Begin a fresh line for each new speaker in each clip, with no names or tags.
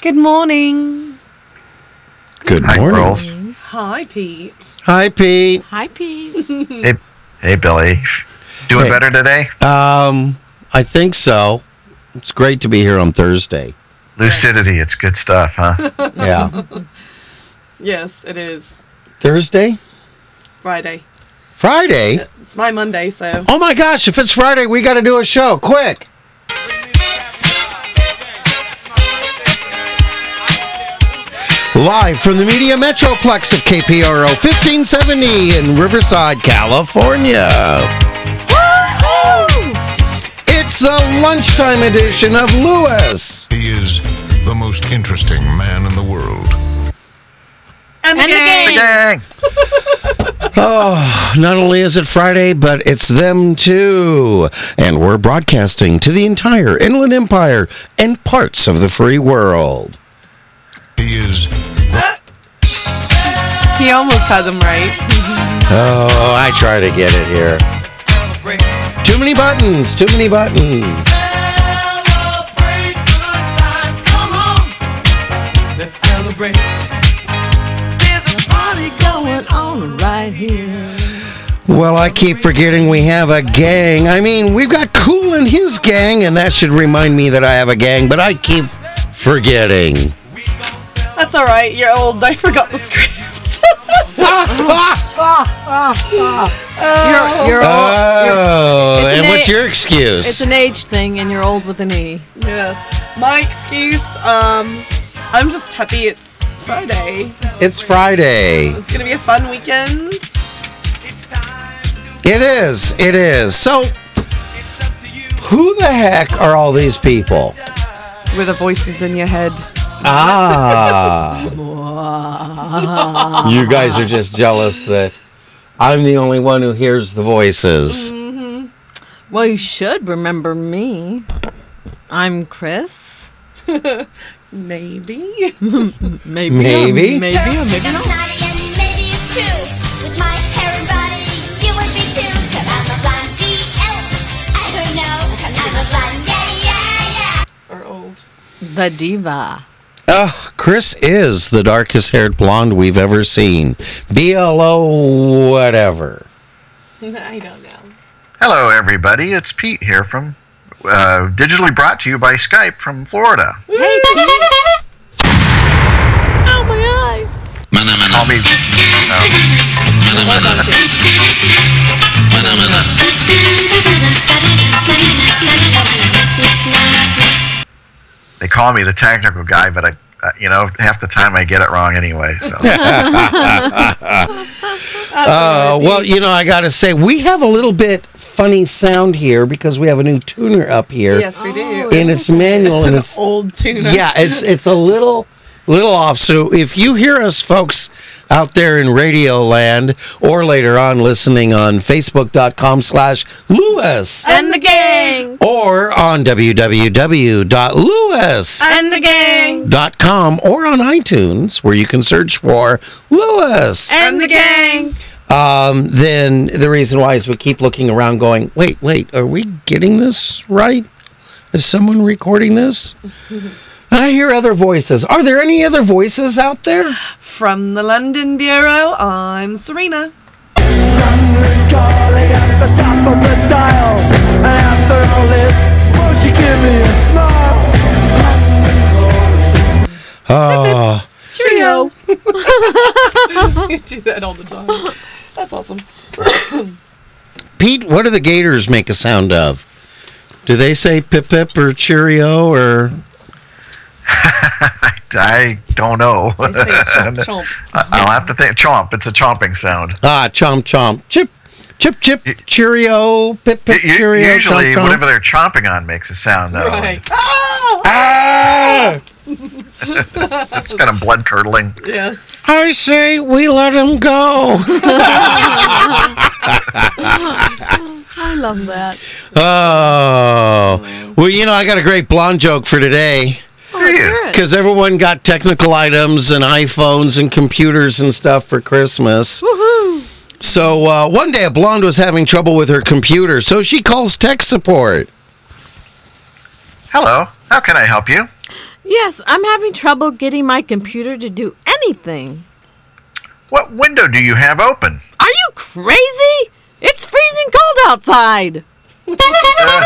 Good morning.
Good
Hi,
morning.
girls.
Hi, Pete.
Hi, Pete.
Hi, Pete.
Hey, hey, Billy. Doing
Hey.
better today?
Um, I think so. It's great to be here on Thursday.
Lucidity, it's good stuff, huh?
Yeah.
Yes, it is
Thursday?
Friday.
Friday?
It's my Monday, so
Oh my gosh, if it's Friday, we got to do a show. Quick. Live from the Media Metroplex of KPRO 1570 in Riverside, California. It's a lunchtime edition of Lewis.
He is the most interesting man in the world.
and the
And the
game.
game.
Dang.
Not only is it Friday, but it's them too. And we're broadcasting to the entire Inland Empire and parts of the free world.
He is
He almost had them right.
Oh, I try to get it here. Too many buttons, too many buttons. Well, I keep forgetting we have a gang. I mean, we've got Cool and his gang, and that should remind me that I have a gang, but I keep forgetting.
That's all right. You're old. I forgot the script.
You're, you're old.
Oh,
it's an
and what's
A-
your excuse?
It's an age thing, and you're old with an E.
yes. My excuse. Um, I'm just happy it's Friday.
It's Friday.
It's gonna be a fun weekend.
It is. It is. So, who the heck are all these people?
With the voices in your head.
Ah. you guys are just jealous that I'm the only one who hears the voices.
Well, you should remember me. I'm Chris.
Maybe.
Maybe.
Maybe.
I'm- Maybe. I'm- Maybe.
It was naughty and maybe it's true. With my hair and body, you would be too. Cause I'm a blonde BL. I don't know, cause I'm a blonde, yeah, yeah, yeah.
Or old.
The diva.
Oh, Chris is the darkest haired blonde we've ever seen. BLO, whatever.
I don't know.
Hello, everybody. It's Pete here from, uh, digitally brought to you by Skype from Florida.
Hey, Pete. Oh my eyes.
Call me. no. They call me the technical guy, but I, uh, you know, half the time I get it wrong anyway. So
Uh, well, you know, I got to say, we have a little bit funny sound here because we have a new tuner up here.
Yes, we do.
And it's manual and
It's
it's
an old tuna.
yeah, it's it's a little little off. So if you hear us, folks out there in Radio Land, or later on listening on Facebook.com/slash Lewis,
Oh.
And the gang.
or on www.lewis.com
And the gang.
or on iTunes, where you can search for Lewis.
And the gang.
Um, then the reason why is we keep looking around, going, "Wait, wait, are we getting this right? Is someone recording this?" I hear other voices. Are there any other voices out there?
From the London Bureau, I'm Serena.
Oh,
Ah.
Trio.
I do that all the time. That's awesome.
Pete, what do the gators make a sound of? Do they say pip pip or cheerio or?
I don't know.
I say chomp, chomp.
I'll have to think. Chomp. It's a chomping sound.
Ah, chomp chomp, chip, chip chip, cheerio, pip pip,
U- u-
cheerio,
usually,
chomp chomp.
whatever they're chomping on makes a sound. Though.
Right. Oh!
Ah!
It's kind of blood curdling.
Yes.
I say we let him go.
I love that.
Oh, well, you know, I got a great blonde joke for today
Oh,
Trio.
hear it.
because everyone got technical items and iPhones and computers and stuff for Christmas.
Woohoo.
So uh, one day a blonde was having trouble with her computer, so she calls tech support.
Hello. How can I help you?
Yes, I'm having trouble getting my computer to do anything.
What window do you have open?
Are you crazy? It's freezing cold outside.
Uh,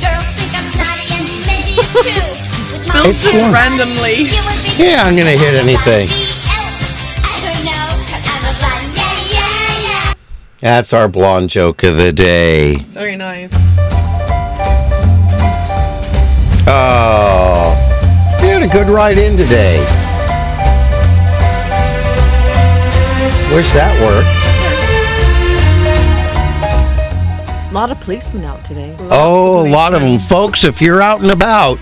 Girls think I'm snotty and maybe it's true. With my
Bill's just
warm.
randomly.
You would be
Yeah, I'm gonna hit anything.
I don't know, cause I'm a blonde. Yeah, yeah, yeah.
That's our blonde joke of the day.
Very nice.
Oh, you had a good ride in today. Wish that worked.
A lot of policemen out today.
Oh, a lot of them, folks. If you're out and about,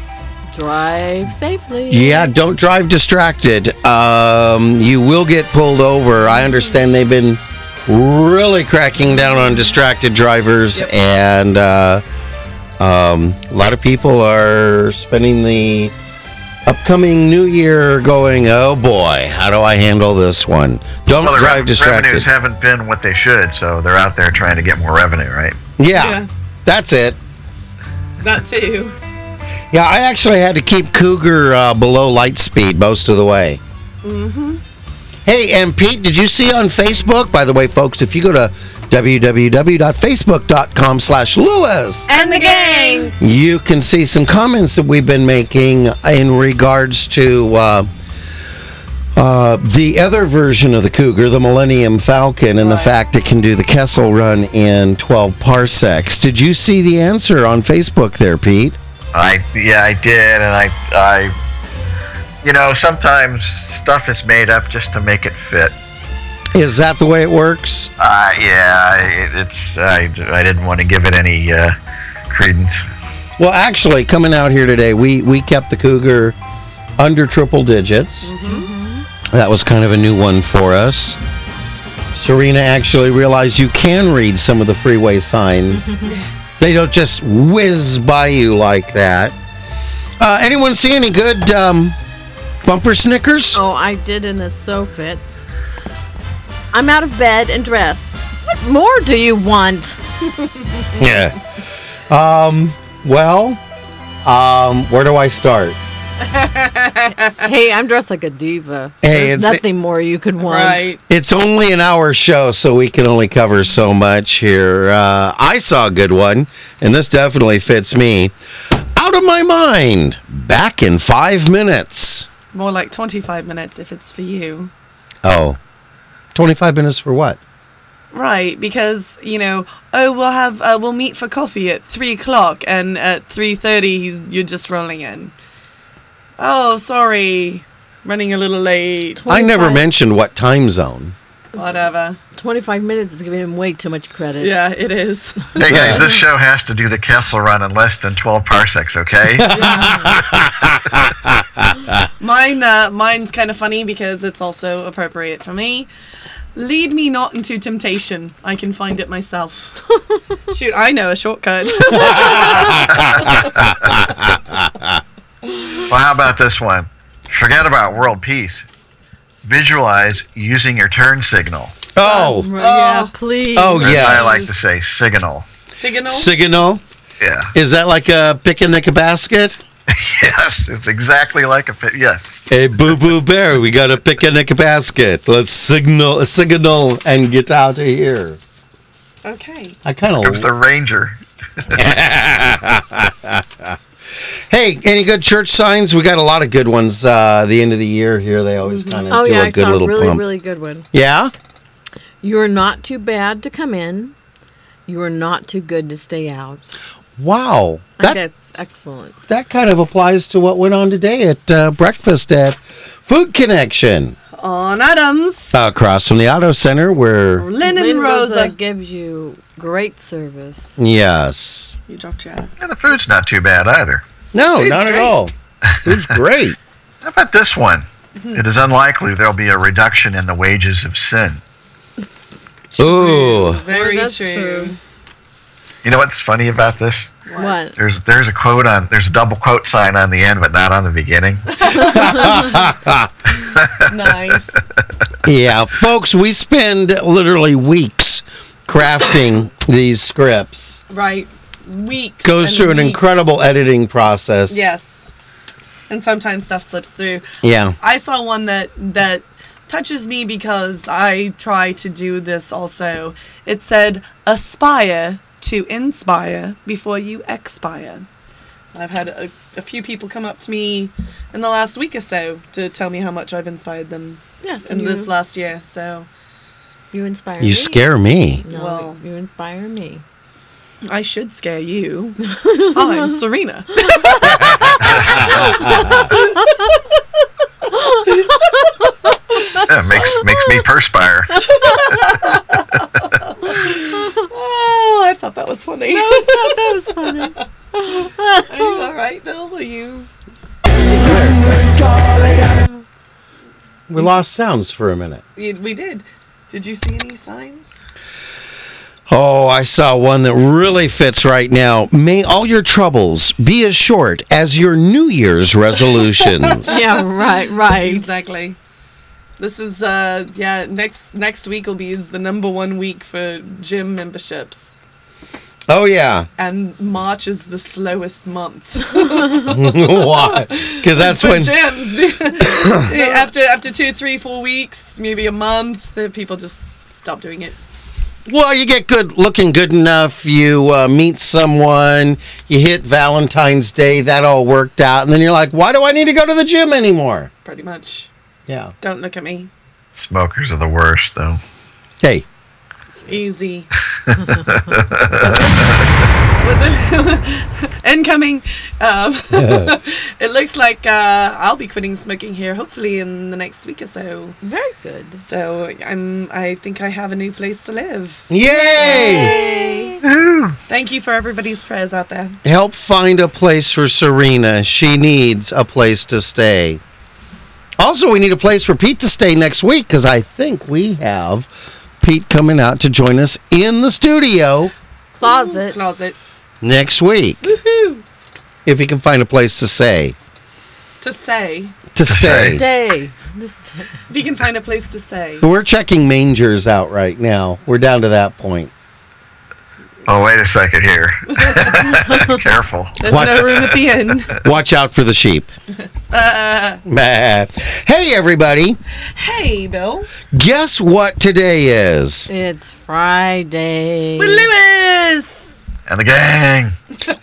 Drive safely.
yeah, don't drive distracted. Um, you will get pulled over. I understand they've been really cracking down on distracted drivers, and uh, um, a lot of people are spending the upcoming new year going, "Oh boy, how do I handle this one?" Don't
well, the
drive
rev-
distracted.
revenues haven't been what they should, so they're out there trying to get more revenue, right?
Yeah,
Yeah.
that's it.
That too.
Yeah, I actually had to keep Cougar uh, below light speed most of the way. Mm-hmm. Hey, and Pete, did you see on Facebook? By the way, folks, if you go to www.facebook.com slash Lewis,
And the gang.
you can see some comments that we've been making in regards to uh, uh, the other version of the Cougar, the Millennium Falcon, and the fact it can do the Kessel Run in 12 parsecs. Did you see the answer on Facebook there, Pete?
I yeah, I did, and I I, you know, sometimes stuff is made up just to make it fit.
Is that the way it works?
Uh, yeah, I- it's I, I didn't want to give it any uh, credence.
Well, actually, coming out here today, we we kept the cougar under triple digits. That was kind of a new one for us. Serena actually realized you can read some of the freeway signs. they don't just whiz by you like that. Uh, anyone see any good um, bumper Snickers?
Oh, I did, and this so fits. I'm out of bed and dressed. What more do you want?
Yeah. Um. Well. Um. Where do I start?
Hey, I'm dressed like a diva.
Hey,
There's
it's-
nothing more you could want.
Right.
It's only an hour show, so we can only cover so much here. Uh, I saw a good one, and this definitely fits me. Out of my mind. Back in five minutes.
More like 25 minutes if it's for you.
Oh. 25 minutes for what?
Right, because you know, oh, we'll have uh, we'll meet for coffee at three o'clock, and at three thirty, he's you're just rolling in. Oh, sorry, running a little late.
I never
25
mentioned what time zone.
Whatever.
25 minutes is giving him way too much credit.
Yeah, it is.
Hey guys, this show has to do the Kessel Run in less than 12 parsecs, okay?
Mine, uh, mine's kind of funny because it's also appropriate for me. Lead me not into temptation. I can find it myself. Shoot, I know a shortcut.
well, how about this one? Forget about world peace. Visualize using your turn signal.
Oh.
Right, yeah,
Oh.
please.
Oh,
Or as I like
yes.
to say, signal.
Signal.
Signal.
Yeah.
Is that like a picnic basket?
Yes, it's exactly like a fit. Yes.
Hey, Boo Boo Bear, we got a picnic basket. Let's signal, signal, and get out of here.
okay.
I kind
It was
of
the Ranger.
Hey, any good church signs? We got a lot of good ones. Uh, the end of the year here, they always kind of
Oh,
do
yeah,
a
I
good
saw a
little
really,
plump.
really good one.
yeah,
You're not too bad to come in. You are not too good to stay out.
wow,
I think
that
That's excellent.
that kind of applies to what went on today at uh, breakfast at Food Connection
On Adams,
across from the Auto Center, where
Lynn and
Lynn
Rosa.
gives you great service.
yes,
You dropped your ass.
And the food's not too bad either.
no,
Food's
not at
great.
all. Food's great.
How about this one? It is unlikely there'll be a reduction in the wages of sin.
Ooh,
Very
Oh, that's
true.
You know what's funny about this?
What?
There's there's a quote on there's a double quote sign on the end, but not on the beginning.
nice.
yeah, folks, we spend literally weeks crafting these scripts.
Right. Weeks.
Goes
and
through an
weeks.
incredible editing process.
Yes. and sometimes stuff slips through.
Yeah.
I saw one that that touches me because I try to do this also. It said aspire to inspire before you expire. I've had a, a few people come up to me in the last week or so to tell me how much I've inspired them
Yes,
in
you,
this last year. So
you inspire me.
You scare me.
No,
Well-
you inspire me.
I should scare you. Oh, I'm Serena.
Yeah, makes makes me perspire.
Oh, I thought that was funny.
that was funny.
Are you all right, Bill? Are you?
We lost sounds for a minute.
you- We did. Did you see any signs?
Oh, I saw one that really fits right now. May all your troubles be as short as your New Year's resolutions.
Yeah, right, right.
Exactly. This is uh yeah next next week will be is the number one week for gym memberships,
Oh, yeah.
and March is the slowest month
Why? Because that's
for
when.
gyms. Yeah, after after two, three, four weeks, maybe a month, the people just stop doing it.
Well, you get good looking good enough. You uh, meet someone. You hit Valentine's Day. That all worked out, and then you're like, "Why do I need to go to the gym anymore?"
Pretty much.
Yeah.
Don't look at me.
Smokers are the worst, though.
Hey.
Easy. With the- Incoming. Um, it looks like uh, I'll be quitting smoking here, hopefully in the next week or so.
Very good.
So I'm. I think I have a new place to live.
Yay!
Thank you for everybody's prayers out there.
Help find a place for Serena. She needs a place to stay. Also, we need a place for Pete to stay next week because I think we have Pete coming out to join us in the studio
Closet.
Closet
next week. If he can find a place to stay.
to say.
To stay.
Day. This day.
If you can find a place to say.
We're checking mangers out right now. We're down to that point.
Oh, wait a second here. Careful.
There's
What?
no room at the inn.
Watch out for the sheep. Bah. hey, everybody.
Hey, Bill.
Guess what today is?
It's Friday.
With Lewis.
And the gang.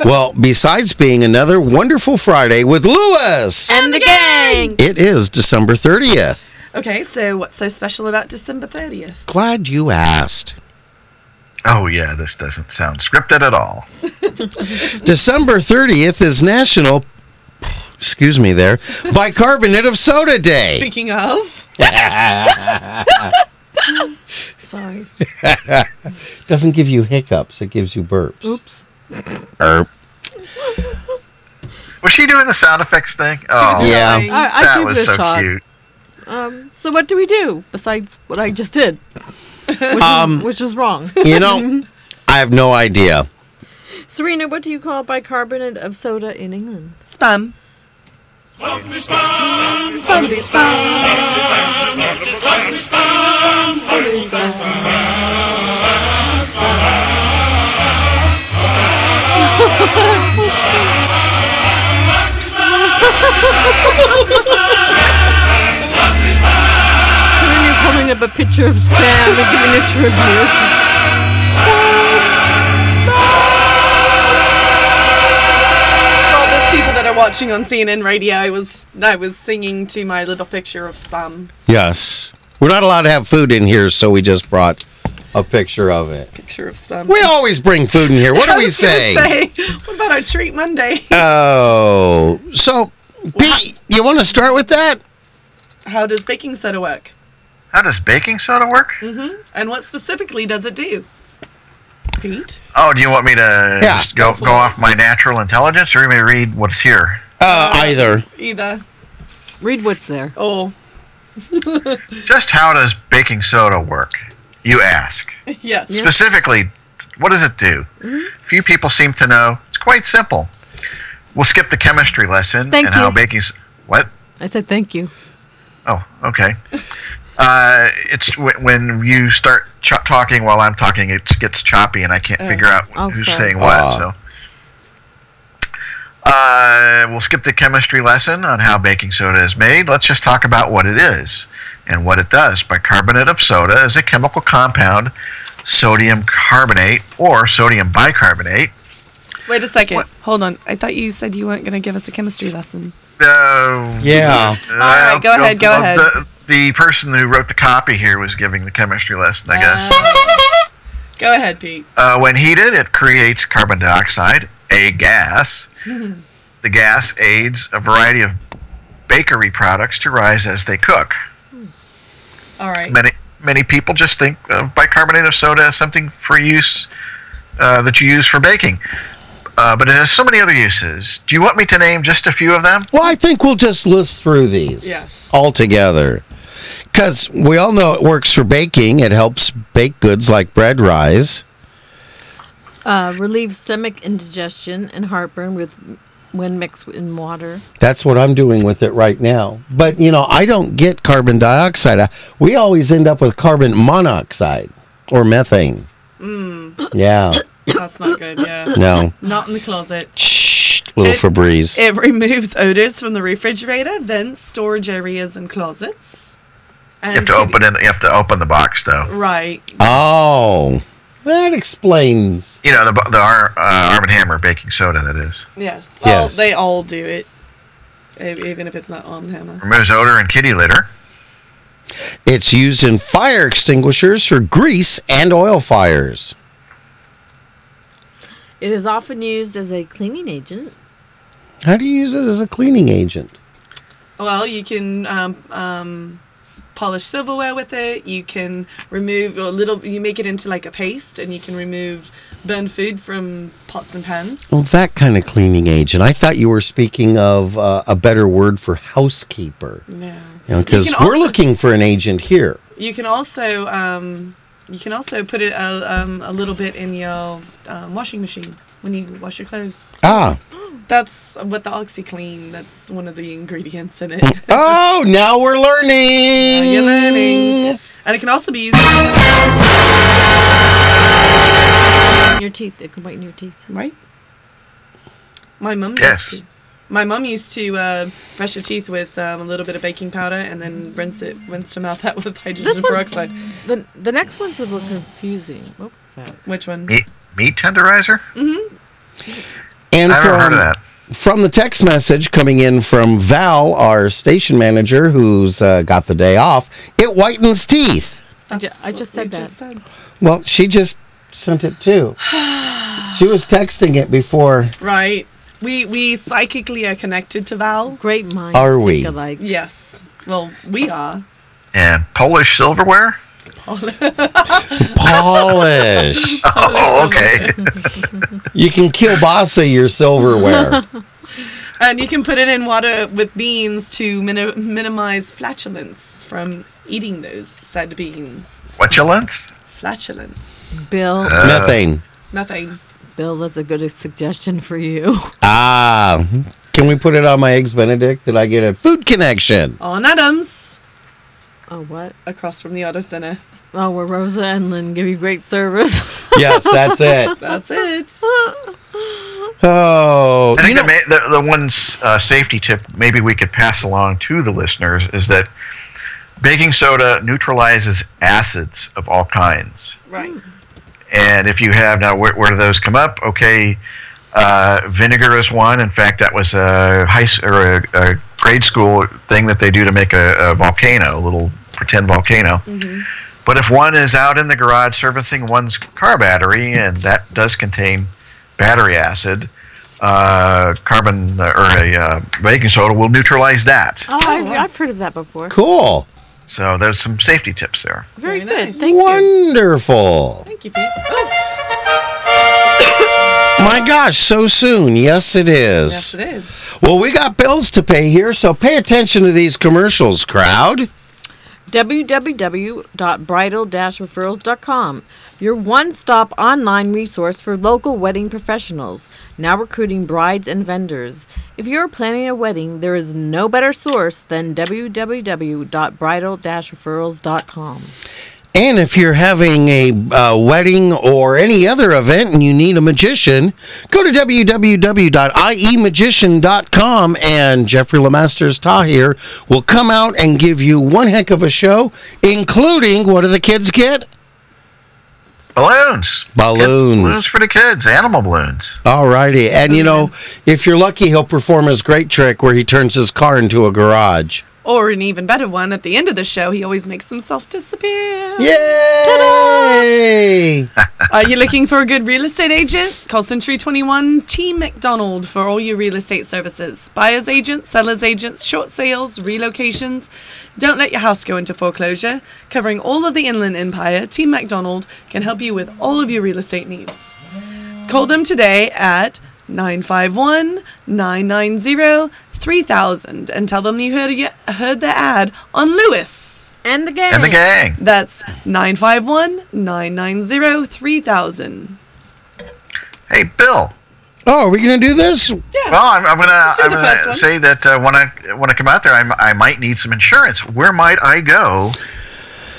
Well, besides being another wonderful Friday with Lewis,
And the gang.
it is December 30th.
Okay, so what's so special about December thirtieth?
Glad you asked.
Oh, yeah, this doesn't sound scripted at all.
December 30th is National, excuse me there, Bicarbonate of Soda Day.
Speaking of,
Sorry.
Doesn't give you hiccups, it gives you burps.
Oops.
Burp.
Was she doing the sound effects thing? Oh,
Yeah.
sorry.
I, I
that
gave
was
it a
so
shot.
cute.
Um, so what do we do besides what I just did? Which,
Um,
is, which is wrong.
You know, I have no idea.
Serena, what do you call bicarbonate of soda in England?
spam. Spamdy spam.
Serena's holding up a picture of spam and giving a tribute.
For all the people that are watching on CNN radio, I was I was singing to my little picture of spam.
Yes. We're not allowed to have food in here, so we just brought a picture of it.
Picture of spam.
We always bring food in here. What do we say?
Say, what about our treat Monday?
Oh, so Pete, you want to start with that?
How does baking soda work?
How does baking soda work?
Mm.
And what specifically does it do? Pete?
Oh, do you want me to
Yeah.
just go, go off my natural intelligence or you may read what's here?
Uh, either.
Either.
Read what's there.
Or.
Just how does baking soda work? You ask.
Yeah.
Specifically, what does it do?
Mm-hmm.
Few people seem to know. It's quite simple. We'll skip the chemistry lesson
Thank
and
you.
how baking. s- What?
I said thank you.
Oh, okay. Uh, it's w- when you start cho- talking while I'm
Oh.
talking, it gets choppy, and I can't figure out
Oh,
who's
sorry.
saying what.
Ah.
So, Uh, we'll skip the chemistry lesson on how baking soda is made. Let's just talk about what it is and what it does. Bicarbonate of soda is a chemical compound, sodium carbonate or sodium bicarbonate.
Wait a second. Hold on. I thought you said you weren't going to give us a chemistry lesson.
Uh,
Yeah.
All
right, go ahead, go ahead.
The, the person who wrote the copy here was giving the chemistry lesson, I
Oh.
guess.
Go ahead, Pete.
Uh, when heated, it creates carbon dioxide, a gas. the gas aids a variety of bakery products to rise as they cook.
All right.
Many many people just think of bicarbonate of soda as something for use uh, that you use for baking, uh, but it has so many other uses. Do you want me to name just a few of them?
Well, I think we'll just list through these
Yes.
all together. Because we all know it works for baking. It helps bake goods like bread rise.
Uh, relieves stomach indigestion and heartburn with when mixed in water.
That's what I'm doing with it right now. But, you know, I don't get carbon dioxide. I- We always end up with carbon monoxide or methane.
Mm.
Yeah.
That's not good. Yeah.
No.
Not in the closet.
Shh. Little
It-
Febreze.
It removes odors from the refrigerator, vents, storage areas, and closets. And
You have to open it. You have to open the box, though.
Right.
oh. That explains.
You know the bo- the Ar, uh, Arm and Hammer baking soda that is
Yes. Well,
Yes.
they all do it, e- even if it's not on hammer.
removes odor and kitty litter.
It's used in fire extinguishers for grease and oil fires.
It is often used as a cleaning agent.
How do you use it as a cleaning agent?
Well, you can um, um, polish silverware with it. You can remove a little. You make it into like a paste, and you can remove burned food from pots and pans.
Well, that kind of cleaning agent. I thought you were speaking of uh, a better word for housekeeper.
No.
Because
You can
we're
also-
looking for an agent here.
You can also um, you can also put it a, um, a little bit in your um, washing machine when you wash your clothes.
Ah.
That's what the OxyClean. That's one of the ingredients in it.
Oh, now we're learning.
Now you're learning. and it can also be used.
In your teeth. It can whiten your teeth.
Right. My mum.
Yes.
Used to, my mum used to uh, brush her teeth with um, a little bit of baking powder and then rinse it, rinse them out that with hydrogen
This one-
peroxide.
The, the next one's a little confusing. What was that?
Which one?
Meat meat tenderizer.
And
I've
from,
never heard of that.
from the text message coming in from Val, our station manager who's uh, got the day off, it whitens teeth.
I, ju-
That's
I just
what we
said that.
said.
Well, she just sent it too. she was texting it before.
Right. We we psychically are connected to Val.
Great minds
Are
think
we?
alike.
Yes. Well, we are.
And Polish silverware.
Polish.
Oh, okay.
you can kielbasa your silverware.
And you can put it in water with beans to mini- minimize flatulence from eating those said beans.
Whatulence?
Flatulence.
Bill,
Uh. Methane.
Nothing.
Bill, that's a good suggestion for you.
Ah, can we put it on my eggs Benedict that I get a food connection?
On Adams,
Oh, what?
across from the Auto Center.
Oh, where Rosa and Lynn give you great service.
Yes, that's it.
That's it.
Oh,
I
you
think
know,
the, ma- the, the one uh, safety tip maybe we could pass along to the listeners is that baking soda neutralizes acids of all kinds.
Right.
And if you have, now where, where do those come up? Okay, uh, vinegar is one. In fact, that was a high s- or a, a grade school thing that they do to make a, a volcano, a little pretend volcano. But if one is out in the garage servicing one's car battery, and that does contain battery acid, uh, carbon uh, or a uh, baking soda will neutralize that.
oh, I, I've heard of that before.
cool,
So there's some safety tips there.
Very,
Very
good.
nice.
Thank you.
wonderful.
Thank you, Pete.
My gosh, so soon. Yes, it is.
Yes, it is.
Well, we got bills to pay here, so pay attention to these commercials, crowd.
www.bridal-referrals.com, your one-stop online resource for local wedding professionals, now recruiting brides and vendors. If you're planning a wedding, there is no better source than www.bridal-referrals.com.
And if you're having a uh, wedding or any other event and you need a magician, go to e www.iemagician.com and Jeffrey Lemasters Tahir will come out and give you one heck of a show, including what do the kids get?
Balloons. Balloons
Balloons.
for the kids. Animal balloons.
Alrighty. And you know, if you're lucky, he'll perform his great trick where he turns his car into a garage.
Or an even better one, at the end of the show, he always makes himself disappear.
Yay!
Are you looking for a good real estate agent? Call Century 21 T McDonald for all your real estate services. Buyer's agents, seller's agents, short sales, relocations. Don't let your house go into foreclosure. Covering all of the Inland Empire, Team McDonald can help you with all of your real estate needs. Call them today at 951 990 3000 and tell them you heard, y- heard the ad on Lewis.
And the game.
And the gang.
That's 951 990 3000.
Hey, Bill.
Oh, are we going to do this?
Well, I'm, I'm gonna,
Do
I'm
the first
gonna
one.
say that uh, when I when I come out there, I, m- I might need some insurance. Where might I go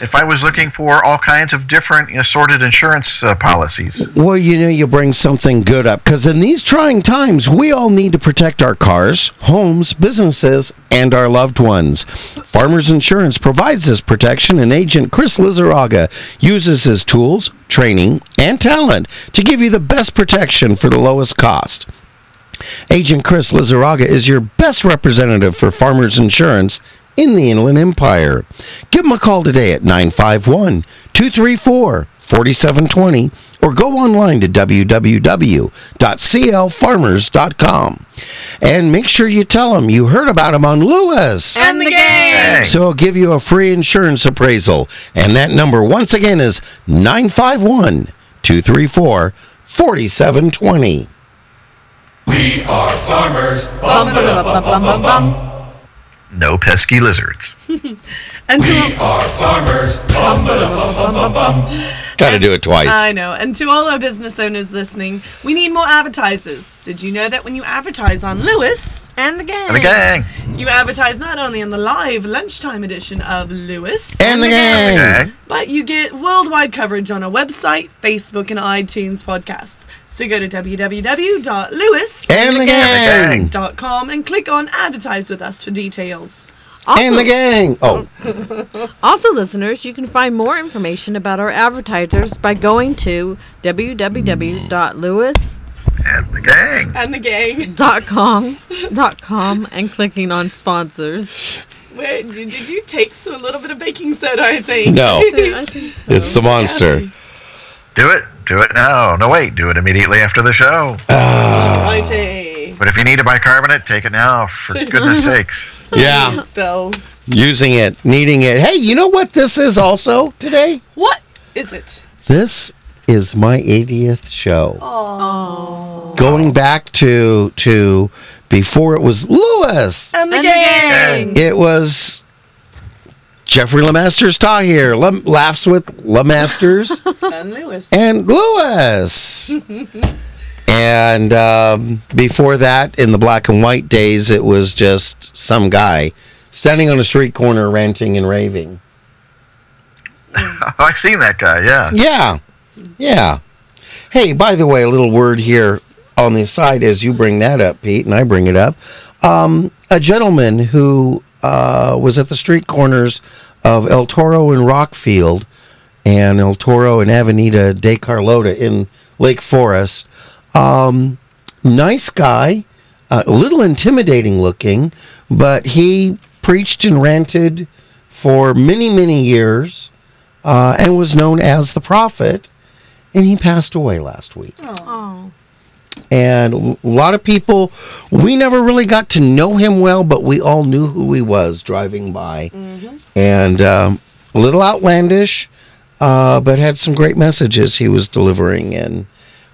if I was looking for all kinds of different assorted insurance uh, policies?
Well, you know, you bring something good up because in these trying times, we all need to protect our cars, homes, businesses, and our loved ones. Farmers Insurance provides this protection, and agent Chris Lizaraga uses his tools, training, and talent to give you the best protection for the lowest cost. Agent Chris Lizaraga is your best representative for Farmers Insurance in the Inland Empire. Give him a call today at 951 234 4720 or go online to www.clfarmers.com. And make sure you tell him you heard about him on Lewis.
And the game.
Gang.
So I'll give you a free insurance appraisal. And that number, once again, is 951 234 4720.
We are farmers. Bum,
Bum, bum, bum, bum, bum, bum.
No pesky lizards.
And to all,
are farmers. Bum, ba-dum, bum, bum, bum, bum.
Got to do it twice.
I know. And to all our business owners listening, we need more advertisers. Did you know that when you advertise on Lewis,
And the game.
And the
Hmm.
gang.
you advertise not only on the live lunchtime edition of Lewis,
And the gang.
Gang.
but you get worldwide coverage on our website, Facebook, and iTunes podcasts. So go to www.lewis.com
And the
gang.
gang.
and click on Advertise with Us for details.
Also,
And the gang. Oh,
Also, listeners, you can find more information about our advertisers by going to www.lewis.com
And the gang.
And the gang.
dot com and clicking on sponsors.
Wait, did did you take a little bit of baking soda, I think?
No.
I think so.
it's the monster.
Do it. Do it now. No, wait. Do it immediately after the show.
Uh.
Mighty.
But if you need a bicarbonate, take it now. For goodness sakes.
Yeah.
Spell.
Using it, needing it. Hey, you know what this is also today?
What is it?
This is my 80th show. Going back to to before it was Lewis.
And the
And the
gang.
gang.
It was Jeffrey Lemaster's Ta here. Lem- laughs with Lemasters.
And Lewis.
and Lewis. and um, before that, in the black and white days, it was just some guy standing on a street corner ranting and raving.
Oh, I've seen that guy. Yeah.
Yeah, yeah. Hey, by the way, a little word here on the side as you bring that up, Pete, and I bring it up. Um, a gentleman who uh, was at the street corners of El Toro and Rockfield and El Toro and Avenida de Carlota in Lake Forest. Um, nice guy, uh, a little intimidating looking, but he preached and ranted for many, many years uh, and was known as the prophet. And he passed away last week.
Oh.
And a lot of people, we never really got to know him well, but we all knew who he was driving by. And um, a little outlandish, uh, but had some great messages he was delivering. And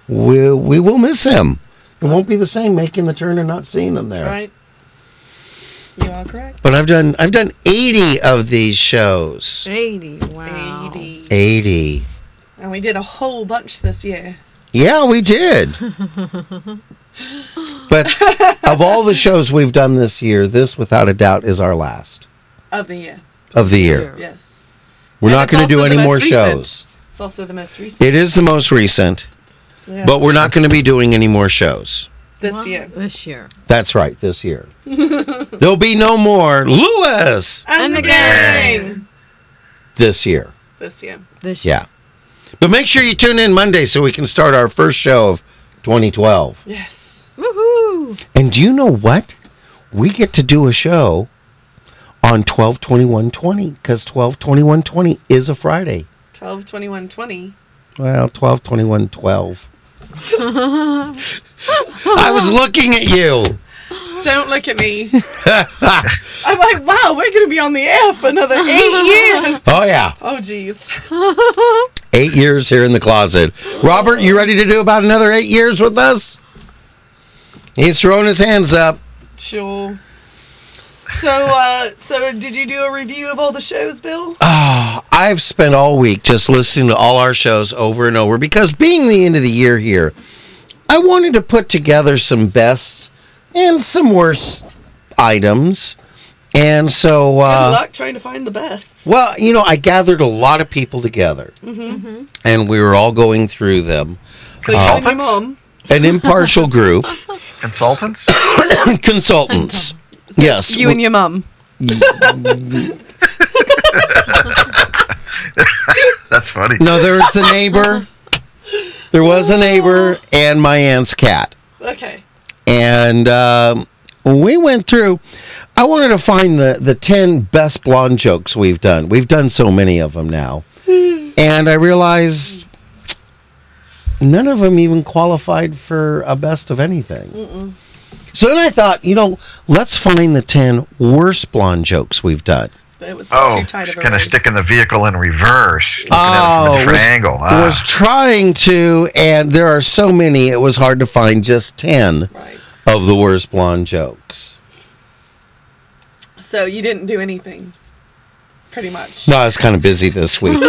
we, we will miss him. It won't be the same making the turn and not seeing him there.
Right. You are correct.
But I've done I've done 80 of these shows.
80. Wow.
80.
And we did a whole bunch this year.
Yeah, we did. but of all the shows we've done this year, this without a doubt is our last
Of the year.
of the year.
Yes.
We're
And
not
it's
going to do
also the
any
most
more
recent.
shows.
It's also the most recent.
It is the most recent,
Yeah.
but we're not going to be doing any more shows.
this
Wow,
year.
This year.
That's right, this year. There'll be no more Lewis
And,
the
the gang.
this year.
This year.
This year.
Yeah. But make sure you tune in Monday so we can start our first show of 2012.
Yes.
Woohoo!
And do you know what? We get to do a show on 12 21 20 because 12 21 20 is a Friday.
12, 21, 20.
Well, 12 21 12. I was looking at you.
Don't look at me. I'm like, wow, we're going to be on the air for another eight years.
Oh, yeah.
Oh, geez.
Eight years here in the closet. Robert, you ready to do about another eight years with us? He's throwing his hands up.
Sure. So, uh, so did you do a review of all the shows, Bill?
I've spent all week just listening to all our shows over and over because being the end of the year here, I wanted to put together some best and some worst items. And so,
Good
uh,
luck trying to find the best.
well, you know, I gathered a lot of people together
Mm-hmm.
Mm-hmm. and we were all going through them.
So you
uh,
and your mom.
An impartial group,
Consultants?
consultants. Yes.
You and your mum.
That's funny.
no, there was the neighbor. There was a neighbor and my aunt's cat.
Okay.
and um, we went through. I wanted to find the the ten best blonde jokes we've done. We've done so many of them now, and I realized none of them even qualified for a best of anything. So then I thought, you know, let's find the ten worst blonde jokes we've done.
That was
Oh,
too tight
it's
of a
kind of
rope.
sticking the vehicle in reverse, looking at it from
Oh,
a different
was-
angle.
I
Ah.
was trying to, and there are so many, it was hard to find just ten
Right.
of the worst blonde jokes.
So you didn't do anything. Pretty much.
No, I was kind of busy this week.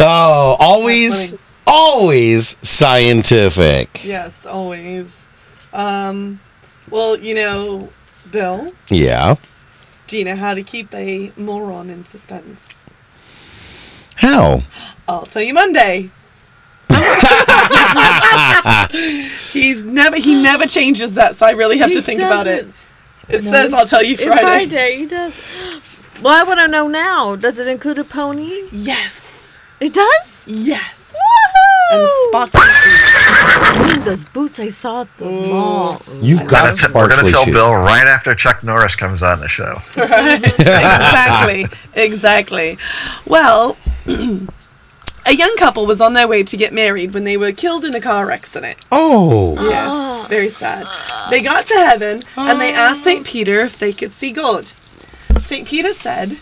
oh, always,
funny.
always scientific.
Yes, always. Um, well, you know, Bill,
Yeah.
do you know how to keep a moron in suspense?
How?
I'll tell you Monday. He's never he never changes that, so I really have
He
to think about it.
doesn't.
It says I'll tell you
It's
Friday.
Friday, he does. Well, I want to know now. Does it include a pony?
Yes.
It does.
Yes. And
Woohoo!
Spock.
I need those boots I saw at the mall.
You've
We're gonna
got
t- we're going to
sparkly
tell
shoes.
Bill right after Chuck Norris comes on the show.
exactly. Exactly. Well, a young couple was on their way to get married when they were killed in a car accident.
Oh,
Yes, it's very sad. They got to heaven and they asked St. Peter if they could see God. St. Peter said,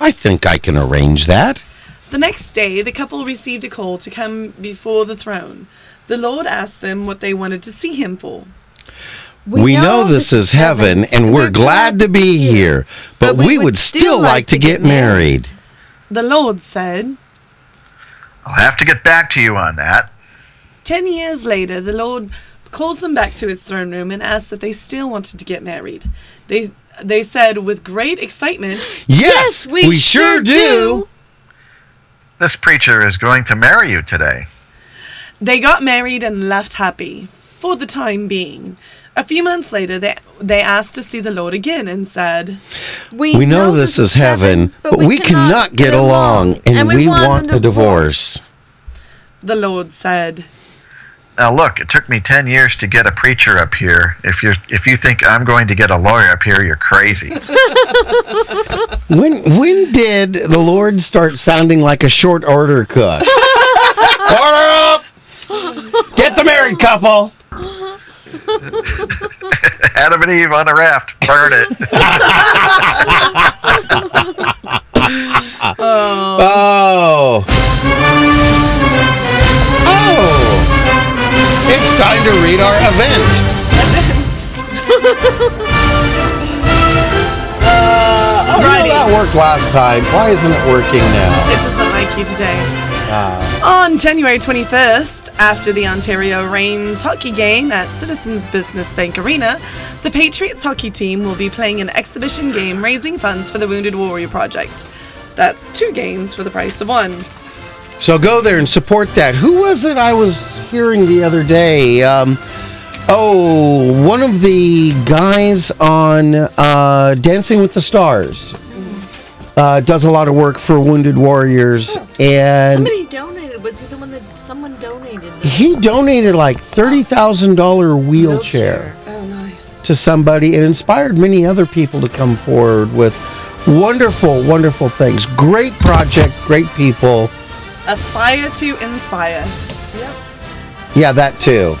I think I can arrange that.
The next day, the couple received a call to come before the throne. The Lord asked them what they wanted to see him for.
We, know, this is heaven, and we're glad to be here, but, we, would still like to get married.
The Lord said,
I'll have to get back to you on that.
Ten years later, the Lord calls them back to his throne room and asks that they still wanted to get married. They they said with great excitement,
Yes, we, sure do.
This preacher is going to marry you today.
They got married and left happy for the time being. A few months later, they they asked to see the Lord again and said,
We know this is heaven, but we cannot get along, and we want a divorce.
"The Lord said,
Now look, it took me ten years to get a preacher up here. If you're if you think I'm going to get a lawyer up here, you're crazy.
When when did the Lord start sounding like a short order cook? order up! Get the married couple.
Adam and Eve on a raft, burn it.
Oh. Oh. It's time to read our event. How
"Alrighty,
oh, that worked last time. Why isn't it working now?
it doesn't like you today." On January 21st, After the Ontario Reigns hockey game at Citizens Business Bank Arena, the Patriots hockey team will be playing an exhibition game raising funds for the Wounded Warrior Project. That's two games for the price of one.
So go there and support that. Who was it I was hearing the other day? Um, oh, one of the guys on uh, Dancing with the Stars uh, does a lot of work for Wounded Warriors, and
Somebody donated. Was he the one that someone donated? The
he donated like thirty thousand dollar wheelchair
Oh, nice.
to somebody and inspired many other people to come forward with wonderful, wonderful things. Great project, great people.
Aspire to inspire.
Yeah, that too.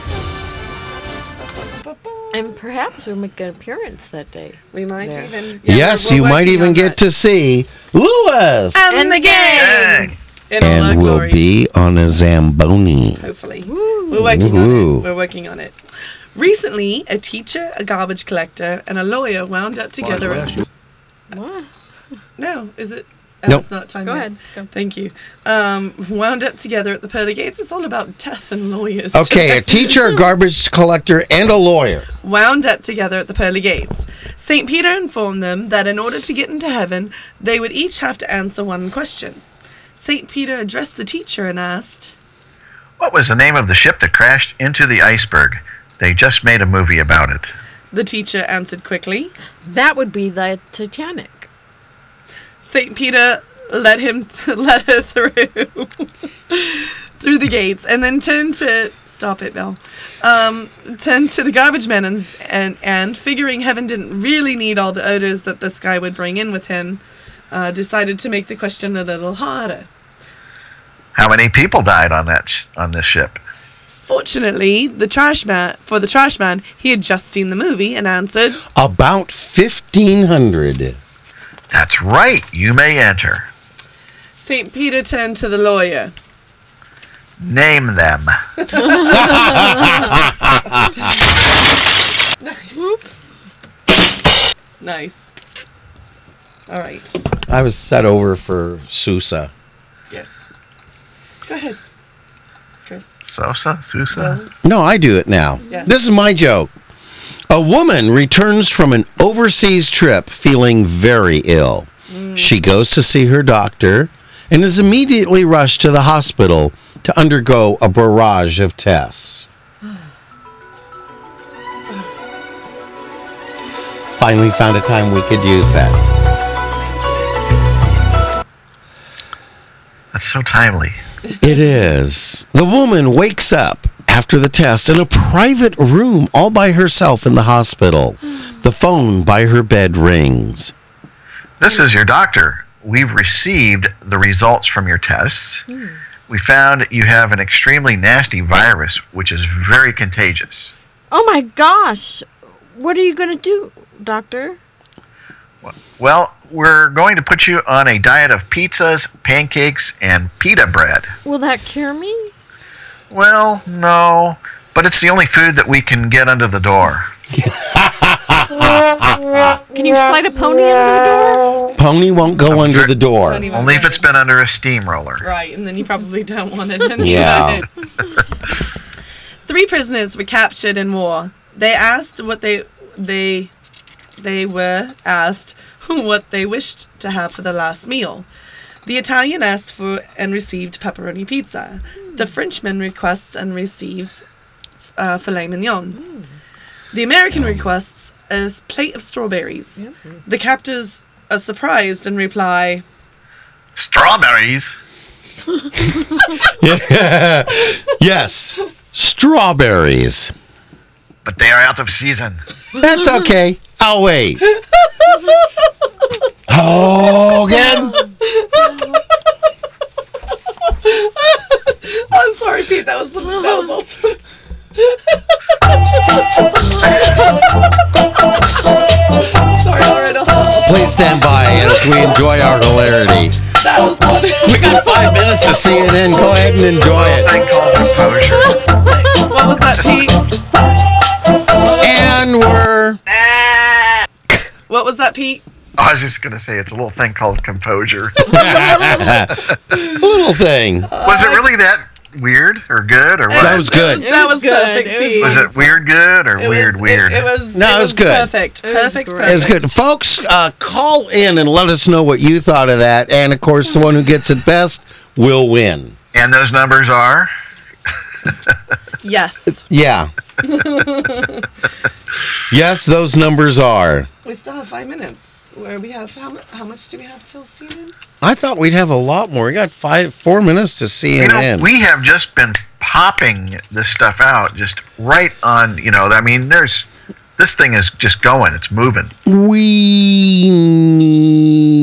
And perhaps we'll make an appearance that day.
We might
There.
even.
yes, you might even get to see Lewis.
And,
And
the
the game.
game! In all our
and will
glory.
be on a Zamboni.
hopefully. We're working
Ooh.
on it. We're working on it. Recently, a teacher, a garbage collector, and a lawyer wound up together. at-
What?
no, is it? Oh,
Nope.
It's not time.
Go
yet.
ahead. Go.
Thank you. Um, wound up together at the pearly gates. It's all about death and lawyers.
Okay, a
today.
teacher, a garbage collector, and a lawyer.
wound up together at the pearly gates. St. Peter informed them that in order to get into heaven, they would each have to answer one question. St. Peter addressed the teacher and asked,
What was the name of the ship that crashed into the iceberg? They just made a movie about it.
The teacher answered quickly.
That would be the Titanic.
Saint Peter let him let her through through the gates, and then turned to stop it, Bill. Um, turned to the garbage man, and, and and figuring heaven didn't really need all the odors that this guy would bring in with him, uh, decided to make the question a little harder.
How many people died on that sh- on this ship?
Fortunately, the trash man for the trash man, he had just seen the movie and answered.
About 1,500.
That's right. You may enter.
Saint Peter turned to the lawyer.
Name them.
Nice. All right.
I was set over for Sousa.
Yes. Go ahead, Chris.
Sosa, Sousa.
No, I do it now.
Yes.
This is my joke. A woman returns from an overseas trip feeling very ill. She goes to see her doctor and is immediately rushed to the hospital to undergo a barrage of tests. Finally, found a time we could use that.
That's so timely.
It is. The woman wakes up after the test in a private room all by herself in the hospital. The phone by her bed rings.
This is your doctor. We've received the results from your tests. We found you have an extremely nasty virus, which is very contagious.
Oh my gosh! What are you gonna do, Doctor?
Well, we're going to put you on a diet of pizzas, pancakes, and pita bread.
Will that cure me?
Well, no, but it's the only food that we can get under the door.
Can you slide a pony under the door?
Pony won't go under the door.
Don't even
Only if
worry.
it's been under a steamroller.
Right, and then you probably don't want it. anyway.
Yeah.
Three prisoners were captured in war. They asked what they they they were asked what they wished to have for their last meal. The Italian asked for and received pepperoni pizza. The Frenchman requests and receives uh, filet mignon. The American requests a s- plate of strawberries. The captors are surprised and reply,
Strawberries?
Yes. Strawberries.
But they are out of season.
That's okay. I'll wait. Hogan.
I'm sorry, Pete. That was that was also. sorry, Lauren. also-
Please stand by as we enjoy our hilarity.
That was
We got five minutes to CNN. Go ahead and enjoy it.
I call composure.
what was that, Pete?
And we're.
What was that, Pete?
I was just going to say it's a little thing called composure.
little thing.
Was it really that weird or good or what?
That was good.
that
was
was
good.
perfect.
It was
Pete.
Was it weird good or
It
weird
was,
weird?
It, it was.
No, it was good.
Perfect.
was
perfect.
great.
perfect.
It was good. Folks, uh, call in and let us know what you thought of that. And of course, the one who gets it best will win.
and those numbers are
Yes.
Yeah. yes, those numbers are.
We still have five minutes. Where we have how, mu- how much do we have till CNN?
I thought we'd have a lot more. We got five, four minutes to CNN.
you know we have just been popping this stuff out just right on you know I mean there's this thing is just going it's moving
We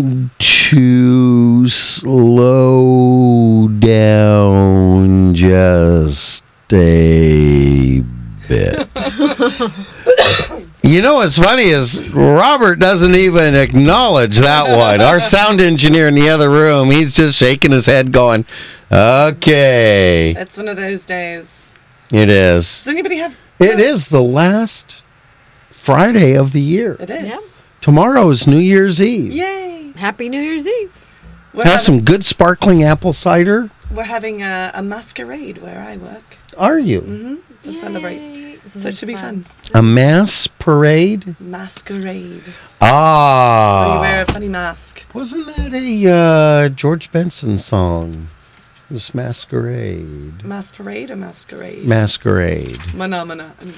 need to slow down just a bit. you know what's funny is Robert doesn't even acknowledge that one. Our sound engineer in the other room, he's just shaking his head, going, "Okay,
It's one of those days.
it is.
Does anybody have?
It is the last Friday of the year."
It is.
Yeah.
Tomorrow is New Year's Eve.
Yay!
Happy New Year's Eve.
We're
Have
having,
some good sparkling apple cider.
we're having a, a masquerade where I work
Are you?
to celebrate. So it should be fun.
A mass parade?
Masquerade. Oh, you wear
Ah.
a funny mask.
Wasn't that a uh, George Benson song? This masquerade.
Masquerade or masquerade?
Masquerade.
Manamana. I mean,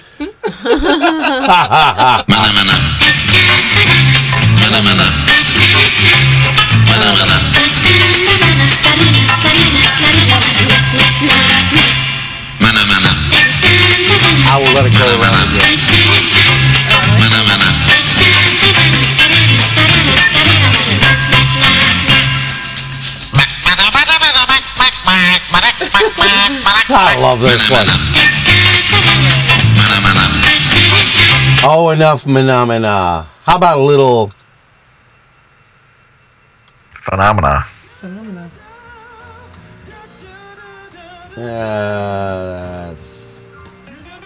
I will let it go around again. I love this one. Oh, enough phenomena. How about a little?
phenomena
Uh,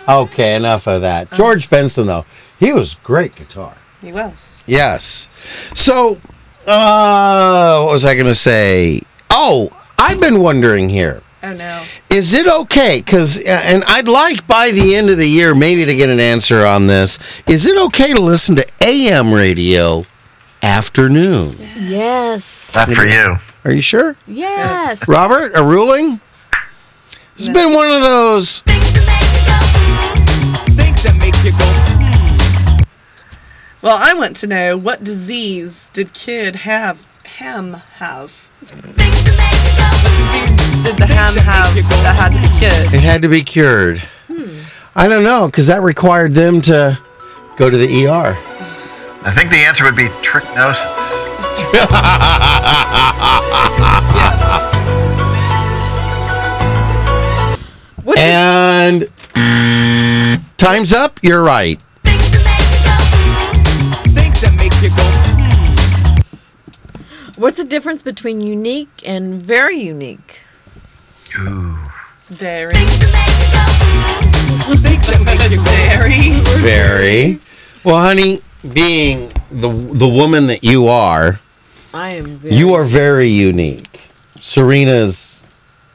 okay, enough of that. George Benson, though, he was great guitar.
he was.
Yes. So, uh, what was I going to say? Oh, I've been wondering here.
Oh no.
Is it okay? Because, and I'd like by the end of the year maybe to get an answer on this. Is it okay to listen to AM radio afternoon?
Yes.
not for you
Are you sure?
Yes.
Robert, a ruling? It's been one of those.
Well, I want to know what disease did kid have? Ham have? Did the ham have that had to be cured?
It had to be cured. I don't know, because that required them to go to the ER.
I think the answer would be trichnosis
And time's up. You're right.
What's the difference between unique and very unique?
ooh
Very. Very.
Very well, honey. Being the the woman that you are,
I am very.
you are very unique. Serena's.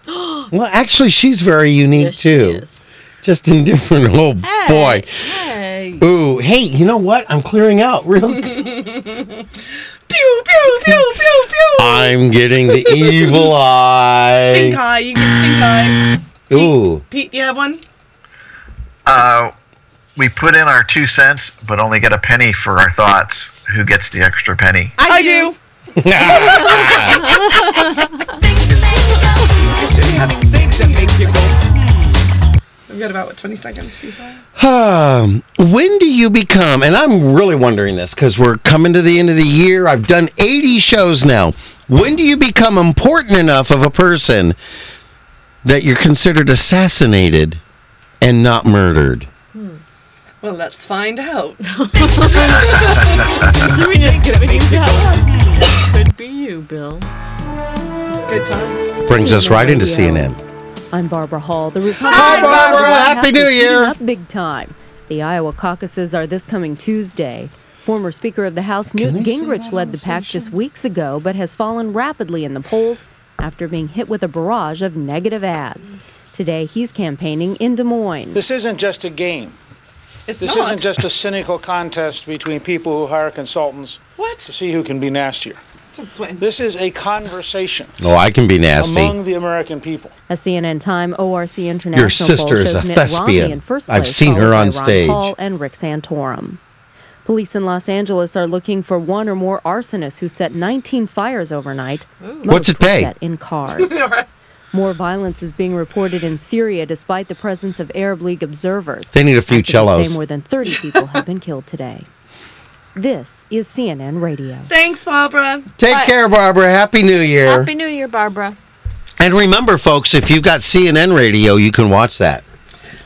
Well, actually, she's very unique
Yes, she
too.
is.
Just in different. Oh
Hey,
boy.
Hey.
Ooh. Hey, you know what? I'm clearing out real.
Pew pew pew pew pew.
I'm getting the evil
Stink eye.
eye.
Ah, You get stink eye.
Ooh.
Pete, you have one?
uh, we put in our two cents but only get a penny for our thoughts who gets the extra penny
I, do. We've got about what, 20 seconds before.
Um, when do you become, and I'm really wondering this because we're coming to the end of the year. I've done 80 shows now. When do you become important enough of a person that you're considered assassinated and not murdered?
Well, let's find out.
Serena's giving you that one. Could be you, Bill.
Good time.
Brings us right into
CNN.
CNN.
I'm Barbara Hall. The Republican
Hi, Barbara.
White House
Happy
is
New
heating
Year.
Up big time. The Iowa caucuses are this coming Tuesday. Former Speaker of the House Newt
they say
Gingrich
that on
led
the
the pack just weeks ago, but has fallen rapidly in the polls after being hit with a barrage of negative ads. Today, he's campaigning in Des Moines.
This isn't just a game.
It's
This
not.
isn't just a cynical contest between people who hire consultants to
what?
see who can be nastier.
Since when?
This is a conversation
Oh, I can be nasty.
among the American people.
A CNN Time ORC International
Your sister
poll
is
shows
a
Mitt
thespian.
Romney in first place,
I've seen her
followed
on
by
stage.
Ron Paul and Rick Santorum. Police in Los Angeles are looking for one or more arsonists who set 19 fires overnight. most
What's it
were
pay?
set in cars. More violence is being reported in Syria despite the presence of Arab League observers.
They need a few
Activists say
cellos.
more than 30 people have been killed today. This is CNN Radio.
Thanks, Barbara.
Take
But-
care, Barbara. Happy New Year.
Happy New Year, Barbara.
and remember, folks, if you've got CNN radio, you can watch that.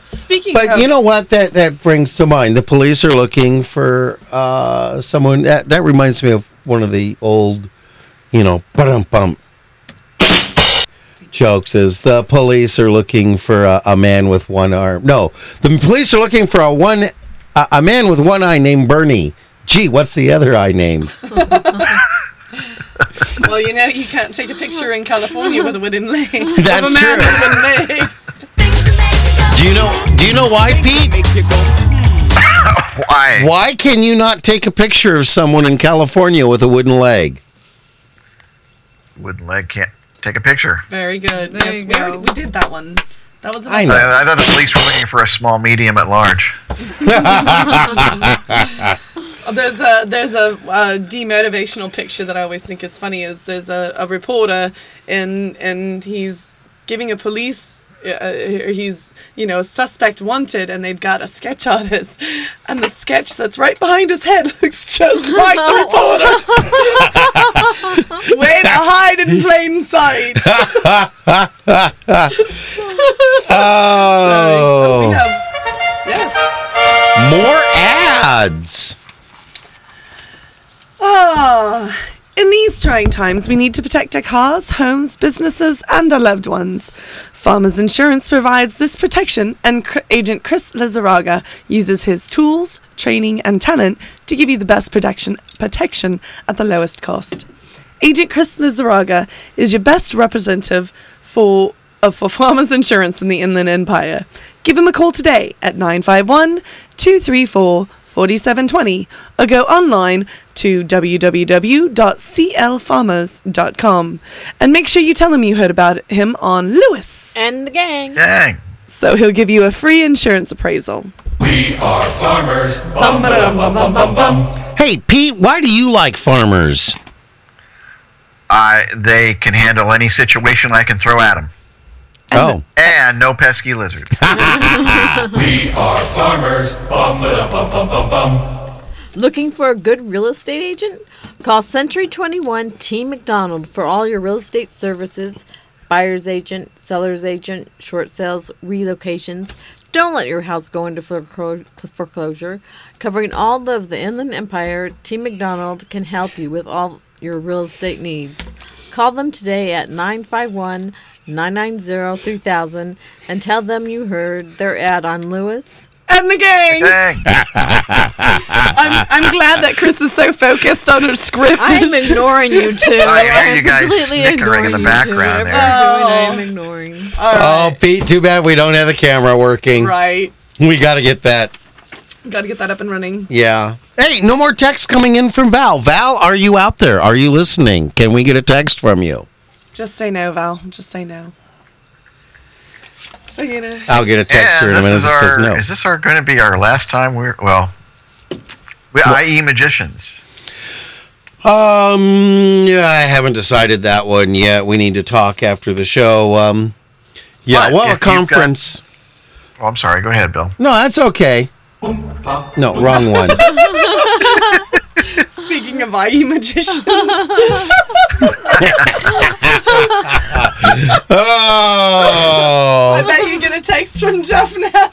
Speaking
But
of,
you know what that, that brings to mind? The police are looking for uh, someone. That, that reminds me of one of the old, you know, bump bump jokes is the police are looking for a, a man with one arm. No, the police are looking for a one a, a man with one eye named Bernie. Gee, what's the other eye name?
well, you know, you can't take a picture in California with a wooden leg.
That's
of a man
true.
With a wooden leg.
Do you know do you know why, Pete?
Why?
Why can you not take a picture of someone in California with a wooden leg?
Wooden leg can't take a picture.
Very good.
There
yes,
you
we,
go.
already- we did that one. That was.
I know.
I, I thought the police were looking for a small, medium, at large.
Oh, There's a there's a uh, demotivational picture that I always think is funny. Is there's a, a reporter and and he's giving a police. Uh, uh, he's you know suspect wanted and they've got a sketch artist and the sketch that's right behind his head looks just like the reporter way to hide in plain sight So we
Oh,
have, yes
more ads.
Ah, in these trying times, we need to protect our cars, homes, businesses, and our loved ones. Farmers Insurance provides this protection, and Cr- agent Chris Lizaraga uses his tools, training, and talent to give you the best protection, protection at the lowest cost. Agent Chris Lizaraga is your best representative for uh, for farmers insurance in the Inland Empire. Give him a call today at 951-234-4720 or go online to www.clfarmers.com and make sure you tell him you heard about him on Lewis.
And the gang.
Dang.
So he'll give you a free insurance appraisal.
We are farmers. Bum bum bum bum bum bum.
Hey, Pete, why do you like farmers?
I, they can handle any situation I can throw at them.
Oh,
And no pesky lizards.
We are farmers. Bum bum bum bum bum bum.
Looking for a good real estate agent? Call Century 21 T McDonald for all your real estate services buyer's agent, seller's agent, short sales, relocations. Don't let your house go into foreclo- foreclosure. Covering all of the Inland Empire, T McDonald can help you with all your real estate needs. Call them today at 951 990 3000 and tell them you heard their ad on Lewis.
And the gang!
Dang.
I'm, I'm glad that Chris is so focused on her script.
I am ignoring you too.
I hear
am
you guys
completely
snickering in
ignoring
the
you two.
background
Whatever
there.
you're doing, I am ignoring.
oh, Pete, too bad we don't have the camera working.
right.
We got to get that.
Gotta get that up and running.
Yeah. Hey, no more texts coming in from Val. Val, are you out there? Are you listening? Can we get a text from you?
Just say no, Val. Just say no. But, you know,
I'll get a text
And
here in a
this
minute
is
that says
our-
no.
Is this our going to be our last time we're well? We, I.e. magicians.
Um, yeah, I haven't decided that one yet. We need to talk after the show. Um, yeah,
But if
well, a
you've got-
conference.
Oh, I'm sorry. Go ahead, Bill.
No, that's okay. No, wrong one.
speaking of IE magicians, I
Oh,
bet you get a text from Jeff now.